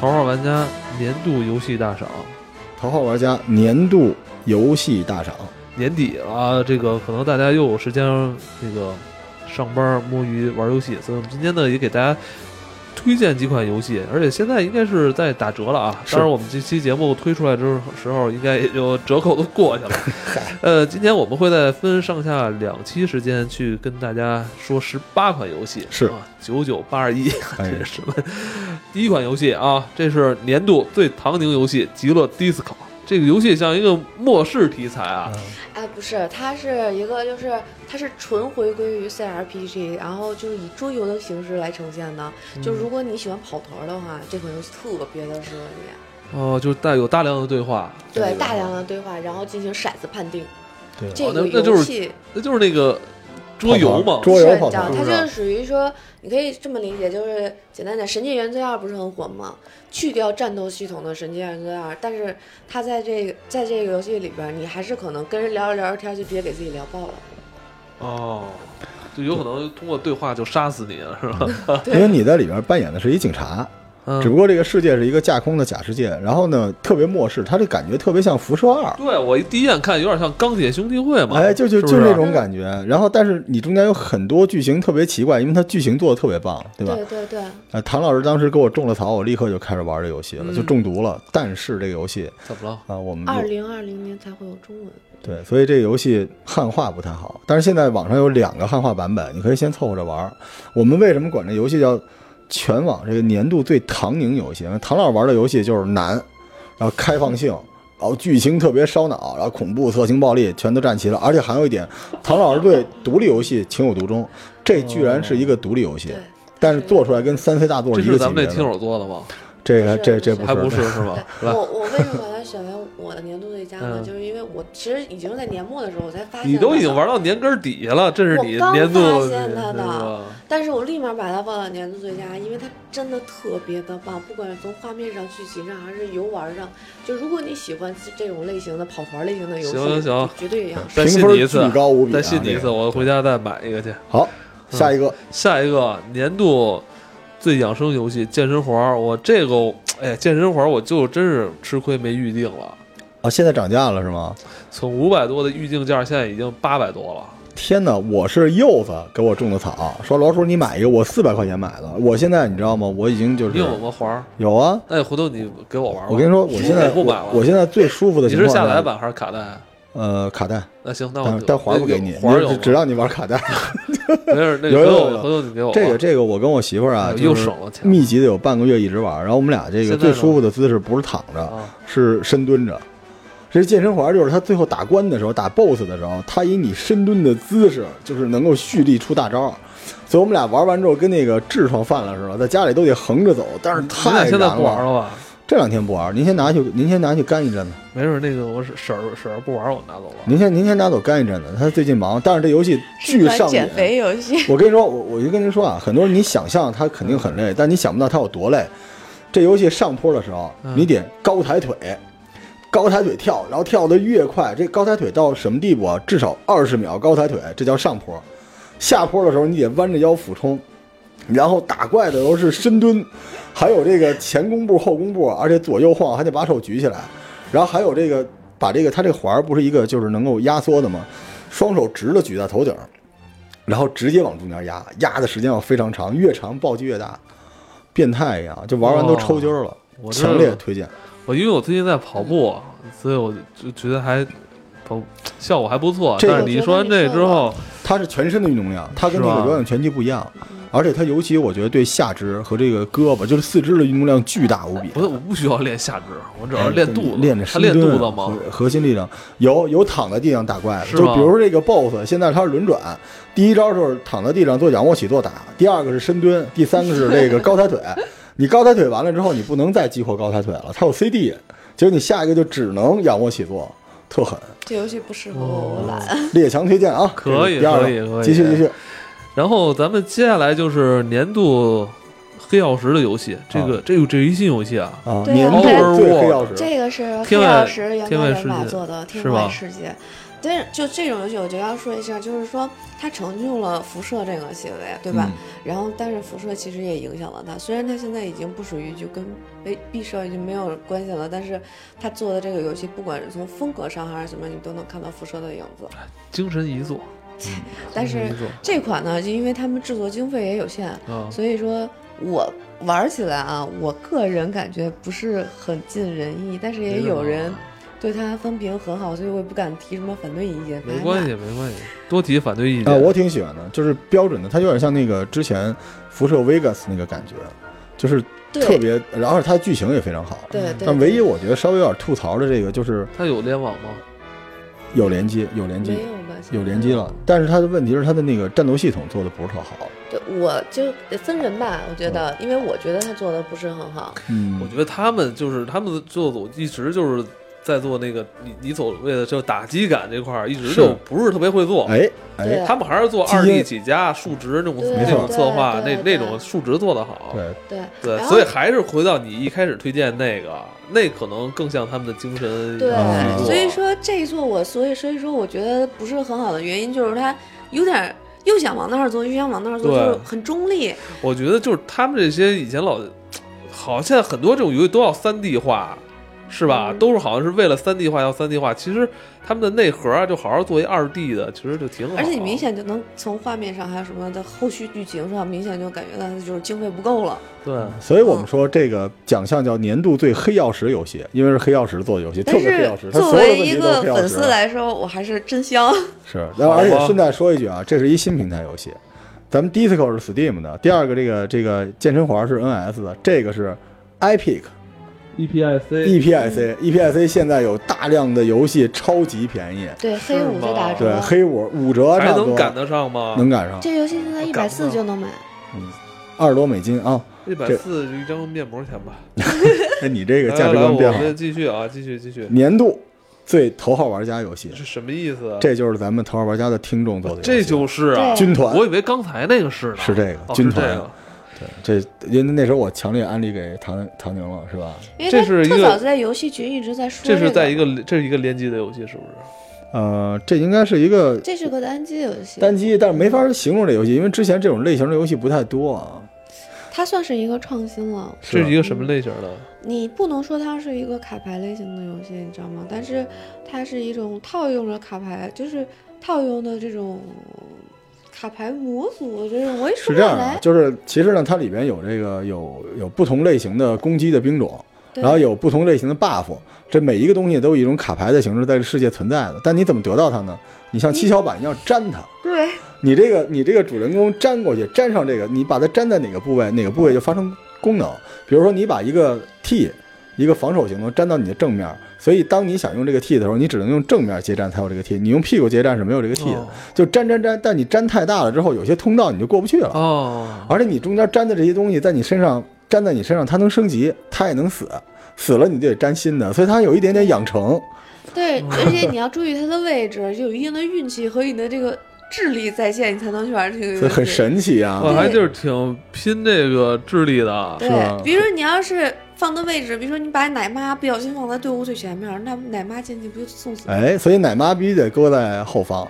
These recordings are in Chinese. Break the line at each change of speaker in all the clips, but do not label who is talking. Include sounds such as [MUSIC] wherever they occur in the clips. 头号玩家年度游戏大赏，
头号玩家年度游戏大赏，
年底了，这个可能大家又有时间那个上班摸鱼玩游戏，所以我们今天呢也给大家推荐几款游戏，而且现在应该是在打折了啊。
是
当然，我们这期节目推出来之时候，应该也就折扣都过
[LAUGHS]
去了。呃，今天我们会在分上下两期时间去跟大家说十八款游戏，
是
啊，九九八二一，这
哎
是什么？第一款游戏啊，这是年度最唐宁游戏《极乐 DISCO》。这个游戏像一个末世题材啊，
嗯
哎，不是，它是一个，就是它是纯回归于 CRPG，然后就是以桌游的形式来呈现的。就如果你喜欢跑团的话，这款游戏特别的适合你。
哦，就是带有大量的对话，
对，大量的对话，然后进行骰子判定。
对
这
哦那
个
那就
游
是
戏
那就是那个桌游嘛，
桌游
是
跑
你知道
团，
是
它就
吧
是属于说，你可以这么理解，就是简单点，《神界原罪二》不是很火吗？去掉战斗系统的《神界原罪二》，但是它在这个在这个游戏里边儿，你还是可能跟人聊着聊着天儿就直接给自己聊爆了。
哦，就有可能通过对话就杀死你啊了，是吧？
因为你在里边扮演的是一警察，只
嗯，
不过这个世界是一个架空的假世界，然后呢特别末世，它这感觉特别像辐射二，
对我一第一眼看有点像钢铁兄弟会嘛，
哎，就就是
不是啊
就这种感觉。然后但是你中间有很多剧情特别奇怪，因为它剧情做的特别棒，对吧？
对对对，
呃，唐老师当时给我种了草，我立刻就开始玩这游戏了，
嗯
就中毒了。但是这个游戏
怎么了？
啊、我们
二零二零年才会有中文。
对，所以这个游戏汉化不太好。但是现在网上有两个汉化版本，你可以先凑合着玩儿。我们为什么管这游戏叫全网这个年度最唐宁游戏？因为唐老玩的游戏就是难，然后开放性。然后剧情特别烧脑，然后恐怖、色情、暴力全都占齐了，而且还有一点，唐老师对独立游戏情有独钟，这居然是一个独立游戏，
对，
但是做出来跟三 C 大作
这
一
是
个
咱
级
们
别
这听
的。
友做的吗？
这个这
不
这
是
不
还不是
是
是吗？来，
我我为什么把它选为我的年度最佳呢？
嗯
就是因为我其实已经在年末的时候我才发现，
你都已经玩到年根儿底下了，这是你
我刚
年度
发现它的
那个
但是我立马把它放到年度最佳，因为它真的特别的棒，不管是从画面上、剧情上，还是游玩上，就如果你喜欢这这种类型的跑团类型的游戏，
行行行
绝对一样。
再信
评分
你一次，
巨高无比啊
再信你一
这
次，
个
我回家再买一个去。
好，下一个
下一个年度最养生游戏《健身环儿》，我这个哎，健身环儿我就真是吃亏没预定了，
啊，现在涨价了是吗？
从五百多的预定价现在已经八百多了。
天哪！我是柚子给我种的草，说老鼠你买一个，我四百块钱买的。我现在你知道吗？我已经就是
你有吗环儿？
有啊。
那回头你给我玩玩。
我跟你说，我现在
我不买了
我我现在最舒服的
你
情
是
况
下载
下
版还是卡带？
呃卡带，
那行，那我
但但环儿不给你，
环儿
你
有
只只让你玩卡带。
没事，那
有
个回头回头
有有
你给我
这个
玩
这个，我跟我媳妇儿啊
啊哎，
就
又
是
省了钱
密集的有半个月一直玩，然后我们俩这
现
个
在
最
呢
舒服的姿势不是躺着，
啊，
是深蹲着。这健身环就是他最后打关的时候，打 BOSS 的时候，他以你深蹲的姿势，就是能够蓄力出大招。所以我们俩玩完之后，跟那个痔疮犯了似的，在家里都得横着走，但是
你俩
太
现
难
在不玩
了。
了吧？
这两天不玩，您先拿去，您先拿去干一阵子，
没事，那个我婶婶儿婶儿不玩儿，我拿走了。
您先您先拿走干一阵子。他最近忙，但是这游戏巨上瘾
减。肥游戏，
[LAUGHS] 我跟你说，我我就跟您说啊，很多人你想象他肯定很累，但你想不到他有多累。这游戏上坡的时候，
嗯
你得高抬腿，高抬腿跳，然后跳得越快，这高抬腿到什么地步啊？至少二十秒高抬腿，这叫上坡。下坡的时候，你得弯着腰俯冲，然后打怪的时候是深蹲，还有这个前弓步、后弓步，而且左右晃，还得把手举起来，然后还有这个把这个它这环儿不是一个就是能够压缩的吗？双手直的举在头顶儿，然后直接往中间压，压的时间要非常长，越长暴击越大，变态一样，就玩完都抽筋儿了，
我这
强烈推荐。
我因为我最近在跑步，
嗯
所以我就觉得还跑效果还不错。
这个
但是你说完这之后，
它是全身的运动量，它跟那
是吧
个有氧拳击不一样，而且它尤其我觉得对下肢和这个胳膊，就是四肢的运动量巨大无比。
我我不需要练下肢，我主要是练肚子。
练着
他
深
练
蹲
肚
啊
子吗？
核核心力量有有躺在地上打怪的，
是
就
吗
比如说这个 BOSS，现在它是轮转，第一招就是躺在地上做仰卧起坐打，第二个是深蹲，第三个是这个高抬腿。 [LAUGHS] 你高抬腿完了之后，你不能再激活高抬腿了，它有 CD，结果你下一个就只能仰卧起坐，特狠。
这游戏不适合我，
哦
我懒。
列强推荐啊，
可以
这是第二个
可以可以
继续继续，
然后咱们接下来就是年度黑曜石的游戏，这个、这个这一新游戏啊，
啊，
对啊
年度最黑曜石，
这个是
天
黑
外
曜石原
天
版
外
原
世
版
界
做的《天
是吧
外世界》，
但是就这种游戏，我觉得要说一下，就是说它成就了辐射这个行为，对吧？
嗯
然后，但是辐射其实也影响了它，虽然它现在已经不属于就跟被毕设已经没有关系了，但是它做的这个游戏，不管是从风格上还是怎么，你都能看到辐射的影子。
精神遗作，
但
精
是
神遗哎作
这款呢，就因为他们制作经费也有限，
啊，
所以说我玩起来啊，我个人感觉不是很尽人意，但是
没
也
啊
有
办法
人对它风评很好，所以我也不敢提什么反对意见。
没关系，没关系，多提反对意
啊、
见。
我挺喜欢的，就是标准的，它有点像那个之前辐射 Vegas 那个感觉，就是
对
特别，然后它剧情也非常好。
对对，
但唯一我觉得稍微有点吐槽的这个就是
它有联网吗？
有联机，有联机
没，有吧？
有联机了，但是它的问题是它的那个战斗系统做的不是特好。
对，我就得分人吧，我觉得，因为我觉得他做的不是很好。
嗯，
我觉得他们就是他们的制作组一直就是在做那个你你所谓的就打击感这块儿，一直
是
就不是特别会做。
哎
对
哎，
他们还是做
基因
二 D 起家数值那种
对
那种
没错
策划，那
对对
那种数值做得好。
对，
对
对，
然后
所以还是回到你一开始推荐那个，那可能更像他们的精神
对，
啊
遗作
所以说这一座我，所以所以说我觉得不是很好的原因就是他有点儿又想往那儿做，又想往那儿做，
对
就是很中立。
我觉得就是他们这些以前老，好像现在很多这种游戏都要三 D 化，是吧？
嗯
都是好像是为了三 D 化要三 D 化，其实他们的内核啊，就好好做一二 D 的，其实就挺好。
而且你明显就能从画面上还有什么的后续剧情上，明显就感觉到它就是经费不够了。
对，
所以我
哦
们说这个奖项叫年度最黑曜石游戏，因为是黑曜石做的游戏，特
但
别黑曜
是
石，它
作
所有的
为
问
一
题都是
个
黑曜
粉
石
丝来说，我还是真香。
是，然后
好吧
而且顺带说一句啊，这是一新平台游戏，咱们 Disco 是 Steam 的，第二个这个这个健身环是 NS 的，这个是 Epic E
EPIC
EPIC EPIC 现在有大量的游戏超级便宜，
对，
是
黑五就打
吗
折
对，，黑五五折
还
差不
能
多
赶得上吗？
能赶上
这游戏现在一百
赶不
四
上
就能买。
二十多美金啊！
一百四一张面膜钱吧。
哎，你
这
这个价值观变
我
好，
们继续啊，继续继续，
年度最头号玩家游戏，
是什么意思？
这就是咱们头号玩家的听众做的游戏，
这就是啊，
对
军团
我以为刚才那个是呢，
是这个
哦
军
是这
团
个，
对，这因为那时候我强烈安利给唐唐宁了，是吧？
因为
这
他
是一
特
个
早在游戏群一直在说、
这
个，
是在一个这是一个联机的游戏，是不是？
呃，这应该是一个
这是个单机游戏，
单机，但是没法形容这游戏，因为之前这种类型的游戏不太多啊。
它算是一个创新了。
这是一
吧
个什么类型的？
你不能说它是一个卡牌类型的游戏，你知道吗？但是它是一种套用了卡牌，就是套用的这种卡牌模组这种，我也说
是
不
这样
上
的
来，。
就是其实呢，它里边有这个有有不同类型的攻击的兵种，
对
然后有不同类型的 buff，这每一个东西都有一种卡牌的形式在世界存在的。但你怎么得到它呢？你像七巧板一样粘它，
对
[LAUGHS] 你这个你这个主人公粘过去，粘上这个，你把它粘在哪个部位，哪个部位就发生功能。比如说你把一个 T，一个防守行动粘到你的正面，所以当你想用这个 T 的时候，你只能用正面接战才有这个 T，你用屁股接战是没有这个嗯 T 的。
哦
就粘粘粘，但你粘太大了之后，有些通道你就过不去了。
哦，
而且你中间粘的这些东西，在你身上粘在你身上，它能升级，它也能死，死了你就得粘新的，所以它有一点点养成。
对，而且你要注意它的位置，就有一定的运气和你的这个智力在线，你才能去玩这个游
所
戏。
以很神奇啊！
我还
对
就是挺拼这个智力
啊
的，
是吧
对，比如说你要是放的位置，比如说你把奶妈不小心放在队伍最前面，那奶妈进去不就送死了？
哎，所以奶妈必须得搁在后方。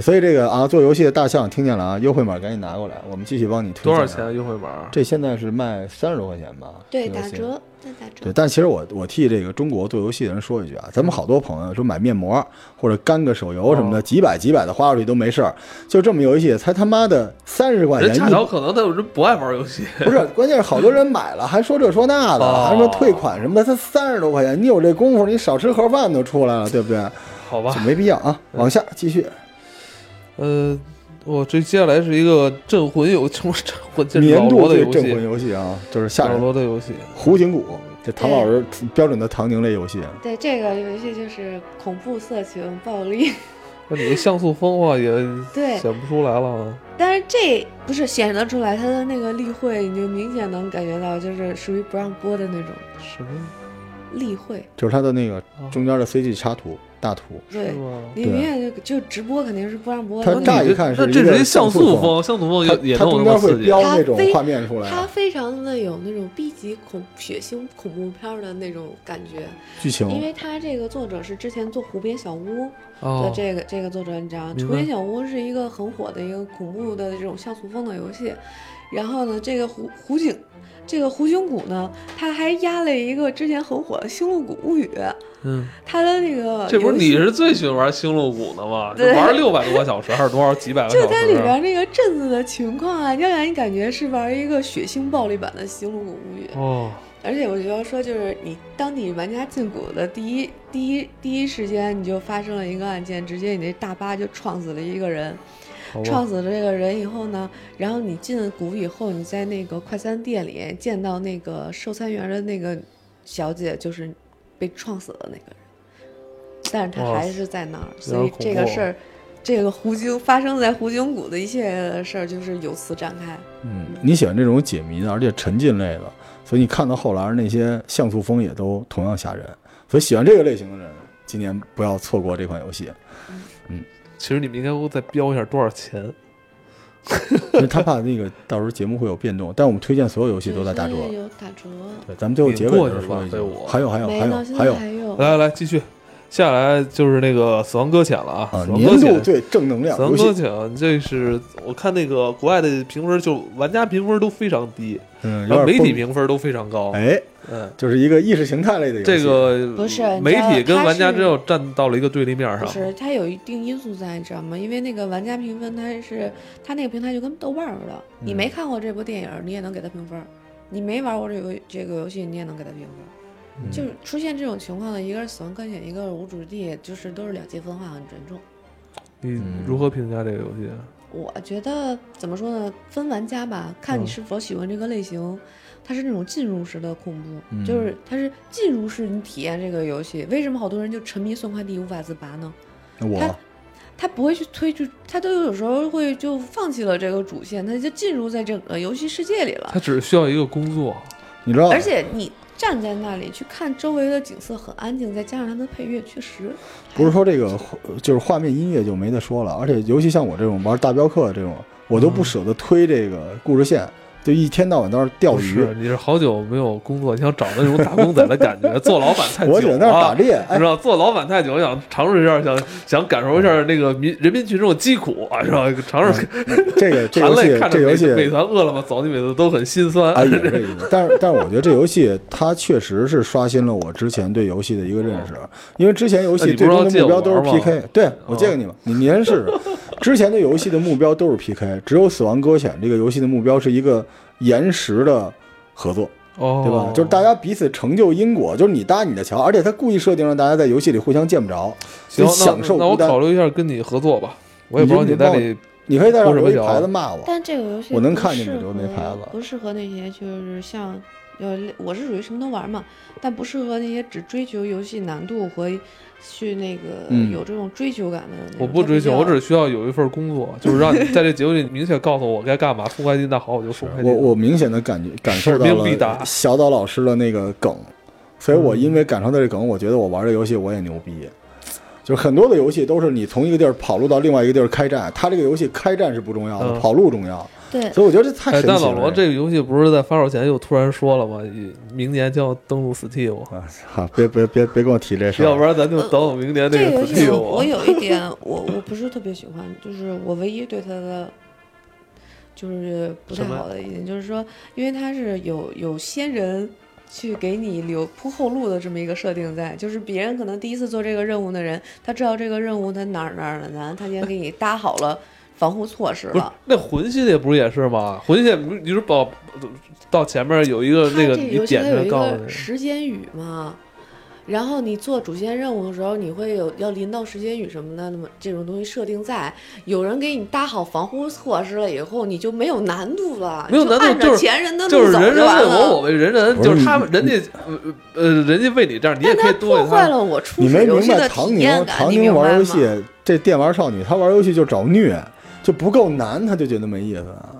所以这个啊，做游戏的大象听见了啊，优惠码赶紧拿过来，我们继续帮你推荐啊
多少钱？优惠码？
这现在是卖三十多块钱吧？
对，
这游
打
戏。
折，再打
对，
折。
但其实我我替这个中国做游戏的人说一句啊，咱们好多朋友说买面膜或者干个手游什么的，
哦
几百几百的花出去都没事儿，就这么游戏才他妈的三十块
人
钱，
恰
一
巧可能他有人不爱玩游戏，
不是，关键是好多人买 [LAUGHS] 了还说这说那的，
哦
还说退款什么的，才三十多块钱，你有这功夫，你少吃盒饭都出来了，对不对？
好吧
就？没必要啊，往下继续。
呃，我这接下来是一个镇魂游，什么镇魂？这是老
年
罗
度
的
最
游
镇魂
戏，
游戏啊，就是吓
老
人，
罗的游戏。
胡景谷，这唐老师
哎
标准的唐宁类游戏。
对，这个游戏就是恐怖、色情、暴力。 [LAUGHS]
那你这像素风化也
对
显不出来了啊。
但是这不是显得出来它的那个例会，你就明显能感觉到，就是属于不让播的那种
什么？
例会。
就是它的那个
哦
啊
中间的 CG 插图大图，
是
对，
吗？
你
对
明显就就直播肯定是不让播
它
的。
乍
那
一
你
看是
啊那
一
这
个
是一
像
像
素
素
风
风，像素风
它
也也
它
能有那
中间
么
会
刺激。
标
它
那种
非
画面出来，
它非常的有那种 B 级恐血腥恐怖片儿的那种感觉，
剧情
因为它这个作者是之前做《湖边小屋》
哦
的，这个、这个作者文章，《
明
雏
白
鹰小屋》是一个很火的一个恐怖的这种像素风的游戏。然后呢，这个胡胡景，这个胡景谷呢，他还压了一个之前很火的《星露谷物语》，
嗯，
他的那个
这不是
呃游
你
戏
是最喜欢玩星露谷的吗？
对
玩六百多个小时还是多少几百个小
就
时？啊
它里边那个镇子的情况啊，让人感觉是玩一个血腥暴力版的《星露谷物语》。
哦，
而且我觉得说，就是你当你玩家进谷的第一第一第一时间，你就发生了一个案件，直接你那大巴就撞死了一个人。
好吧
撞，死了这个人以后呢，然后你进了谷以后，你在那个快餐店里见到那个售餐员的那个小姐，就是被撞死的那个人，但是她
哇
还是在那儿，
有
所
点
以
恐
这个
怖
事儿，这个胡京发生在胡京谷的一切的事儿，就是由此展开。
嗯，你喜欢这种解谜的，而且沉浸类的，所以你看到后来那些像素风也都同样吓人。所以喜欢这个类型的人，今年不要错过这款游戏，
其实你们应该再标一下多少钱。
因为他怕那个到时候节目会有变动。但我们推荐所有游戏都在打折。
有打折，
对，咱们最后结尾的时候说一
已经过去了吧被我
句，还有还有
没
还
到
有
现
还
在
有
还有。
来来来，继续，下来就是那个《死亡搁浅》了啊，
啊，
死亡搁
年
浅
度》最正能量
死亡
游
搁
戏，
浅》这是我看那个国外的评分，就玩家评分都非常低，
嗯，
然后
有
呃媒
点
体
崩，
评分都非常高。
哎，
嗯，
就是一个意识形态类的游戏。
这个
不是
媒体
你知
跟
道它
玩家
是
只有站到了一个对立面
不
上。
啊
是，它有一定因素在，你知道吗？因为那个玩家评分，它是它那个平台就跟豆瓣儿似的，你
嗯
没看过这部电影儿，你也能给它评分儿；你没玩过这个这个游戏，你也能给它评分儿。
嗯
就是出现这种情况的，一个是死亡搁浅，一个是无主之地，就是都是两极分化很严重。
你
嗯
如何评价这个游戏？
我觉得怎么说呢，分玩家吧，看你
嗯
是否喜欢这个类型。它是那种进入式的恐怖，
嗯
就是它是进入式你体验这个游戏。为什么好多人就沉迷送快递无法自拔呢？
我
他他不会去推去，他都有时候会就放弃了这个主线，他就进入在整个游戏世界里
它
了。
只需要一个工作。
你知道，
而且你站在那里去看周围的景色很安静，再加上它的配乐，确实
不是说这个就是画面音乐就没得说了，而且尤其像我这种玩大镖客这种，我都不舍得推这个故事线，就一天到晚在那儿钓
不
哦鱼
是，，你是好久没有工作，你想找那种打工仔的感
[LAUGHS]
觉，做老板太久
我只在那儿打
了。
猎。
你 [LAUGHS]
哎
知，道做老板太久，想尝试一下，想想感受一下
嗯
那个民人民群众疾苦啊，是吧？尝试
这个嗯这
含
游
泪
戏
看
这
着
游
美
戏
美团、饿了么走，你每次都很心 [LAUGHS] 酸。
啊，也是这意思。但是，但是我觉得这游戏它确实是刷新了我之前对游戏的一个认识，因为之前游
那
戏
你不
最
是
终
要
的
借
目
我
标都是
玩吗哦
PK，对我借给你吧，你您试试。之前的游戏的目标都是 PK，只有《死亡搁浅》这个游戏的目标是一个延时的合作，
哦，
对吧？就是大家彼此成就因果，就是你搭你的桥，而且他故意设定让大家在游戏里互相见不着，
行，那
享受
那我
孤单
考虑一下跟你合作吧。我也不知道
你
你
就
在里
你可以在
互
上
什
留
么
一
桥啊
牌子骂我，
但这个游戏
我能
不
看见
适
你就那
合
牌子
不适合那些就是像有我是属于什么都玩嘛，但不适合那些只追求游戏难度和去那个、
嗯
有这种追求感的那种。
我不
它
追
比
求，
较
我只需要有一份工作，就是
[LAUGHS]
让你在这节目里明确告诉我该干嘛。送快递，那好，我就送快递。
我我明显的感觉感受到
使命必达
了小岛老师的那个梗，所以我因为感受到这梗，我觉得我玩这游戏我也牛逼。就是很多的游戏都是你从一个地儿跑路到另外一个地儿开战，它这个游戏开战是不重要的，
嗯
跑路重要。
对
所以我觉得这太
哎，
神奇
但
了。
老罗这个游戏不是在发售前又突然说了吗？以明年将要登陆 Steam，
啊，好，别别别别跟我提这事儿。
要不然咱就等明年
呃这
那
个游戏
Steam
我我
啊。
有一点我我不是特别喜欢，就是我唯一对它的就是不太
什么
好的一点，就是说，因为它是有有先人。去给你留铺后路的这么一个设定在，就是别人可能第一次做这个任务的人，他知道这个任务他哪儿哪儿哪儿难，他已经给你搭好了防护措施
不是
了。
那魂系列不是也是吗？魂系列不是你是到到前面有一个
它
那
这
个
个
你
游戏
点
它有
着
一
告诉
个
你，
时间雨嘛，然后你做主线任务的时候，你会有要临到时间雨什么的，那么这种东西设定在，有人给你搭好防护措施了以后，你就没有难度了，
没有
你
难度
按
就
照
是
前人的
就
路
是
走
人人
就完
为我，我
了。
为人人，
不是
就是他
你
们人家呃呃人家为你这样，你也
但
可
它
以多
破
给
坏
他。
了我初
你
始
没
游
明
戏
白
的
唐
体
宁，
验感，
唐
你
宁
明白
玩游
吗？
戏这电玩少女，她玩游戏就找虐，就不够难，她就觉得没意思。啊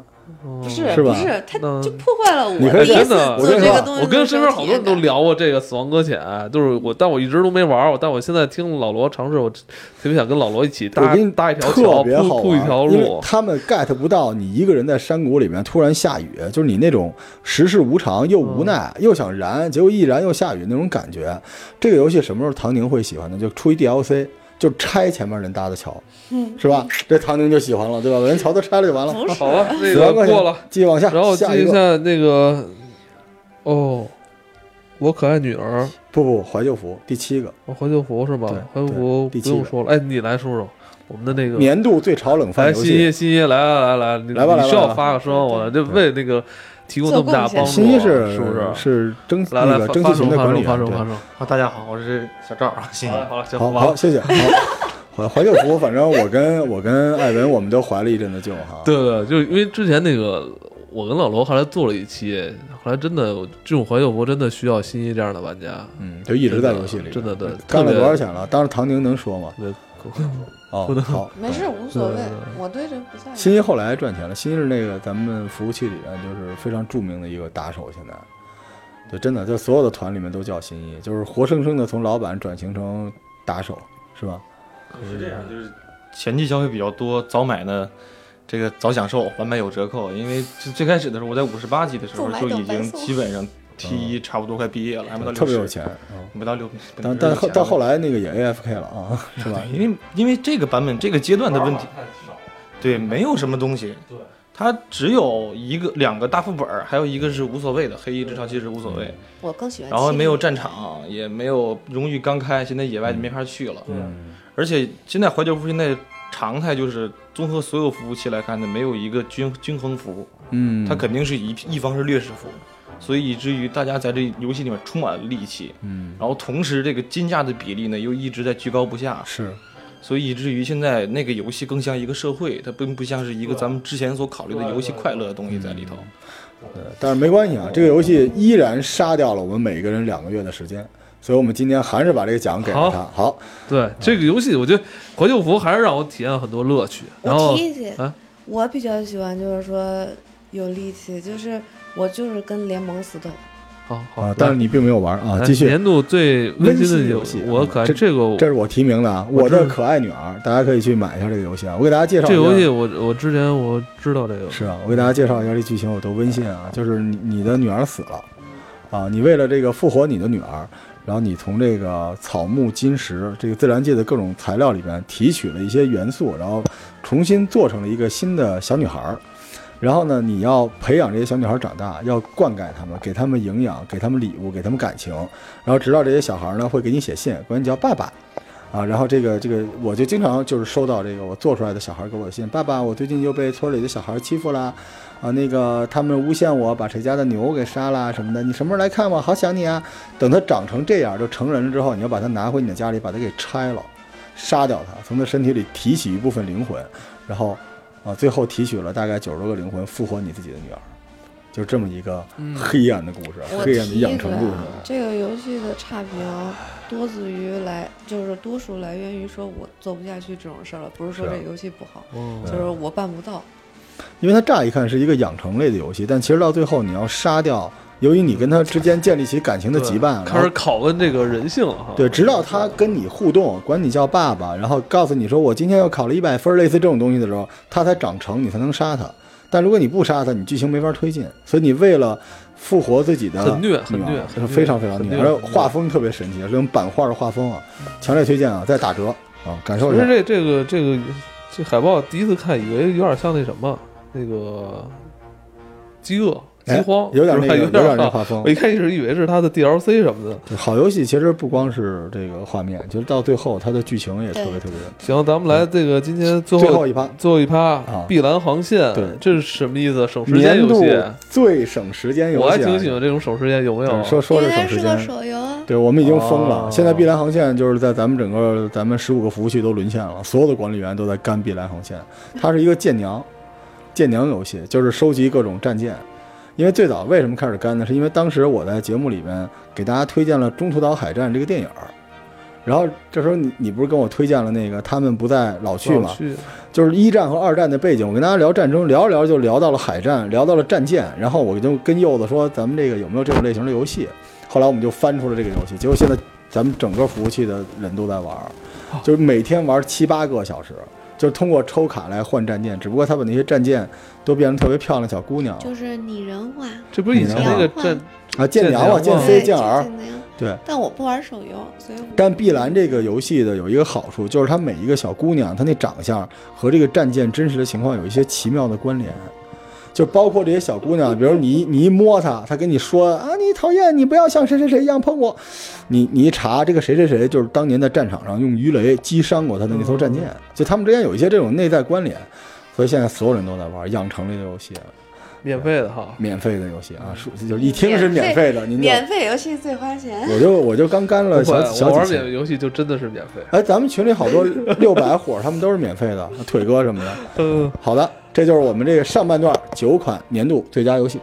嗯
不是
是吧
不是，它
那
就破坏了我
你可以
第一
嗯真
次
的，
我
做
跟
这
你
个
说
东西
我跟
的时
身
候
边好多
体验
人都
感
聊过这个《死亡搁浅》，就是我，但我一直都没玩儿。但我现在听老罗尝试，我特别想跟老罗一起
我
搭
给你
搭一条
特
桥，
别好
铺铺一
玩，
条
因为
路。
他们 get 不到你一个人在山谷里面突然下雨，就是你那种世事无常又
嗯
无奈、又想燃，结果一燃又下雨那种感觉。这个游戏什么时候唐宁会喜欢呢？就出一 DLC，就拆前面人搭的桥，是吧？这唐宁就喜欢了，对吧？把人桥都拆了就完了。
不是
好了，那
十
个
万块钱
过了，，
继续往下，
然后记
下
一
个。
下那个，哦，我可爱女儿，
不不，怀旧服第七个，
哦怀旧服是吧
对？
怀旧服
对第
不
七个
用说了，哎，你来说说我们的那个。
年度最潮冷饭
来，
游
新
戏。
一，新一，来来来来，你
来吧来吧
你需要
来吧
发个声，我这为那个提供那么大
做
帮
贡献
助，啊
新一是
是不是？
是蒸
来
那
来，
个
发
蒸
发
汽
声
群的
发
管
声
理
发
员，
声
对
发声。
啊，大家好，我是小赵啊，谢谢
好
你
了。好了，行，
好
完了
好，谢谢。好 [LAUGHS] 怀怀旧服，反正我跟我跟艾文，我们都怀了一阵子旧哈。
对对，就是因为之前那个，我跟老罗后来做了一期，后来真的这种怀旧服真的需要新一这样的玩家。
嗯，就一直在游戏里，
真的对特
干了
别
多少钱了？当时唐宁能说吗？
对，
哦
不，能
好，
没事，无
嗯
所谓
对对，
我对这不在意。
新一后来赚钱了，新一是那个咱们服务器里面就是非常著名的一个打手，现在就真的在所有的团里面都叫新一，就是活生生的从老板转型成打手，是吧？
是这样，就是前期消费比较多，早买呢，这个早享受，晚买有折扣。因为最最开始的时候，我在五十八级的时候
不买
就已
等白
经
送
基本上 T 一差不多快毕业了，还没到
特别有
六十，
钱。嗯
没到六，
但但后到后
来，
来那个也 AFK 了啊，是
[LAUGHS]
吧？
因为因为这个版本这个阶段的问题，对，没有什么东西，对，它只有一个两个大副本儿，还有一个是无所谓的黑衣至上其实无所谓，
嗯
我更喜欢。
然后没有，战场，也没有荣誉刚开，现在野外就没法去了。
嗯，
而且现在怀旧服现在常态就是综合所有服务器来看的，没有一个均均衡服，
嗯，
它肯定是一一方是劣势服，所以以至于大家在这游戏里面充满了戾气。
嗯
然后同时，这个金价的比例呢又一直在居高不下，
嗯是
所以以至于现在那个游戏更像一个社会，它并不像是一个咱们之前所考虑的游戏快乐的东西在里头。
对，但是没关系啊，这个游戏依然杀掉了我们每个人两个月的时间，所以我们今天还是把这个奖给了他。好，
对这个游戏，我觉得怀旧服还是让我体验很多乐趣。然
我
后
提一提
啊，
我比较喜欢就是说有力气，就是我就是跟联盟死斗，
好好
啊，，但是
来
你并没有玩啊，
来
继续。
年度最温馨
温
的
馨游戏啊
我可爱
这
这个
这是我提名的啊，
我
我
知道
的可爱女儿，大家可以去买一下这个游戏啊。我给大家介绍一
这
下
游戏我我之前我知道这个
是啊，我给大家介绍一下这剧情有多温馨啊！就是你你的女儿死了，啊，你为了这个复活你的女儿，然后你从这个草木、金石这个自然界的各种材料里边提取了一些元素，然后重新做成了一个新的小女孩儿。然后呢，你要培养这些小女孩长大，要灌溉她们，给她们营养，给她们礼物，给她们感情。然后直到这些小孩呢会给你写信，管你叫爸爸。啊，然后这个这个，我就经常就是收到这个我做出来的小孩给我的信，爸爸，我最近又被村里的小孩欺负啦，啊，那个他们诬陷我把谁家的牛给杀啦什么的，你什么时候来看我？好想你啊！等他长成这样，就成人了之后，你要把他拿回你的家里，把他给拆了，杀掉他，从他身体里提取一部分灵魂，然后啊，最后提取了大概九十多个灵魂，复活你自己的女儿，就这么一个黑暗的故事，
我
黑暗的
提一
养
个
成故事。
啊这个游戏的差评多自于来，就是多数来源于说我做不下去这种事儿了，不是说
是啊嗯
这游戏不好，
哦
就是我办不到。
因为它乍一看是一个养成类的游戏，但其实到最后你要杀掉，由于你跟他之间建立起感情的羁绊，
开
然
始
后
拷问这个人性了哈。
啊对，直到他跟你互动，管你叫爸爸，然后告诉你说我今天又考了一百分，类似这种东西的时候，他才长成，你才能杀他。但如果你不杀他，你剧情没法推进。所以你为了复活自己的
很虐很
女儿
虐很虐
非常非常
很
虐，
虐
而且画风特别神奇，这种版画的画风啊，强烈推荐啊，再打折啊，感受
不
一
是
下。
这这个这个这海报第一次看，以为有点像那什么那个饥饿饥
哎
荒，
有点
是
那
吧
个，
有
有点那
像
画风
我一。开始以为是他的 DLC 什么的。
对好游戏其实不光是这个画面，其实到最后它的剧情也特别
对
特别。
行，咱们来这个今天最
嗯最
后
后一趴，
最后一趴
啊
碧蓝航线，
对
这是什么意思？省时间
年
游
度
戏，
最省时间游戏啊，
我还挺喜欢这种省时间，有没有？
对说说
因
是
为它
省时
是个
间。
手游啊，
对，我们已经疯了。
哦
现在碧蓝航线就是在咱们整个咱们十五个服务器都沦陷了，所有的管理员都在干碧蓝航线。它是一个舰娘，舰娘游戏就是收集各种战舰。因为最早为什么开始干呢？是因为当时我在节目里面给大家推荐了《中途岛海战》这个电影儿，然后这时候你你不是跟我推荐了那个他们不在老去吗？
去
就是一战和二战的背景，我跟大家聊战争，聊着聊着就聊到了海战，聊到了战舰，然后我就跟柚子说，咱们这个有没有这种类型的游戏？后来我们就翻出了这个游戏，结果现在咱们整个服务器的人都在玩儿，就是每天玩七八个小时，就是通过抽卡来换战舰，只不过他把那些战舰都变成特别漂亮的小姑娘了
就是拟人化、
嗯
这不是以前那个
你知道
战
啊，舰娘啊，
舰娘
舰
啊
飞、
对
舰儿，
娘
对，
但我不玩手游，所以我
但碧蓝这个游戏的有一个好处，就是它每一个小姑娘，她那长相和这个战舰真实的情况有一些奇妙的关联，就包括这些小姑娘，比如你一你一摸她，她跟你说啊，你讨厌，你不要像谁谁谁一样碰我，你你一查这个谁谁谁就是当年在战场上用鱼雷击伤过他的那艘战舰，
哦
就他们之间有一些这种内在关联，所以现在所有人都在玩养成类的游戏，
免费的哈。
免费的游戏啊，说就一听是免费的，您就
免费游戏最花钱。
我就我就刚干了
不
小
会，
小
我玩
几千
免费游戏就真的是免费。
哎，咱们群里好多六百伙，他们都是免费的，腿哥什么的。
嗯，
好的，这就是我们这个上半段九款年度最佳游戏。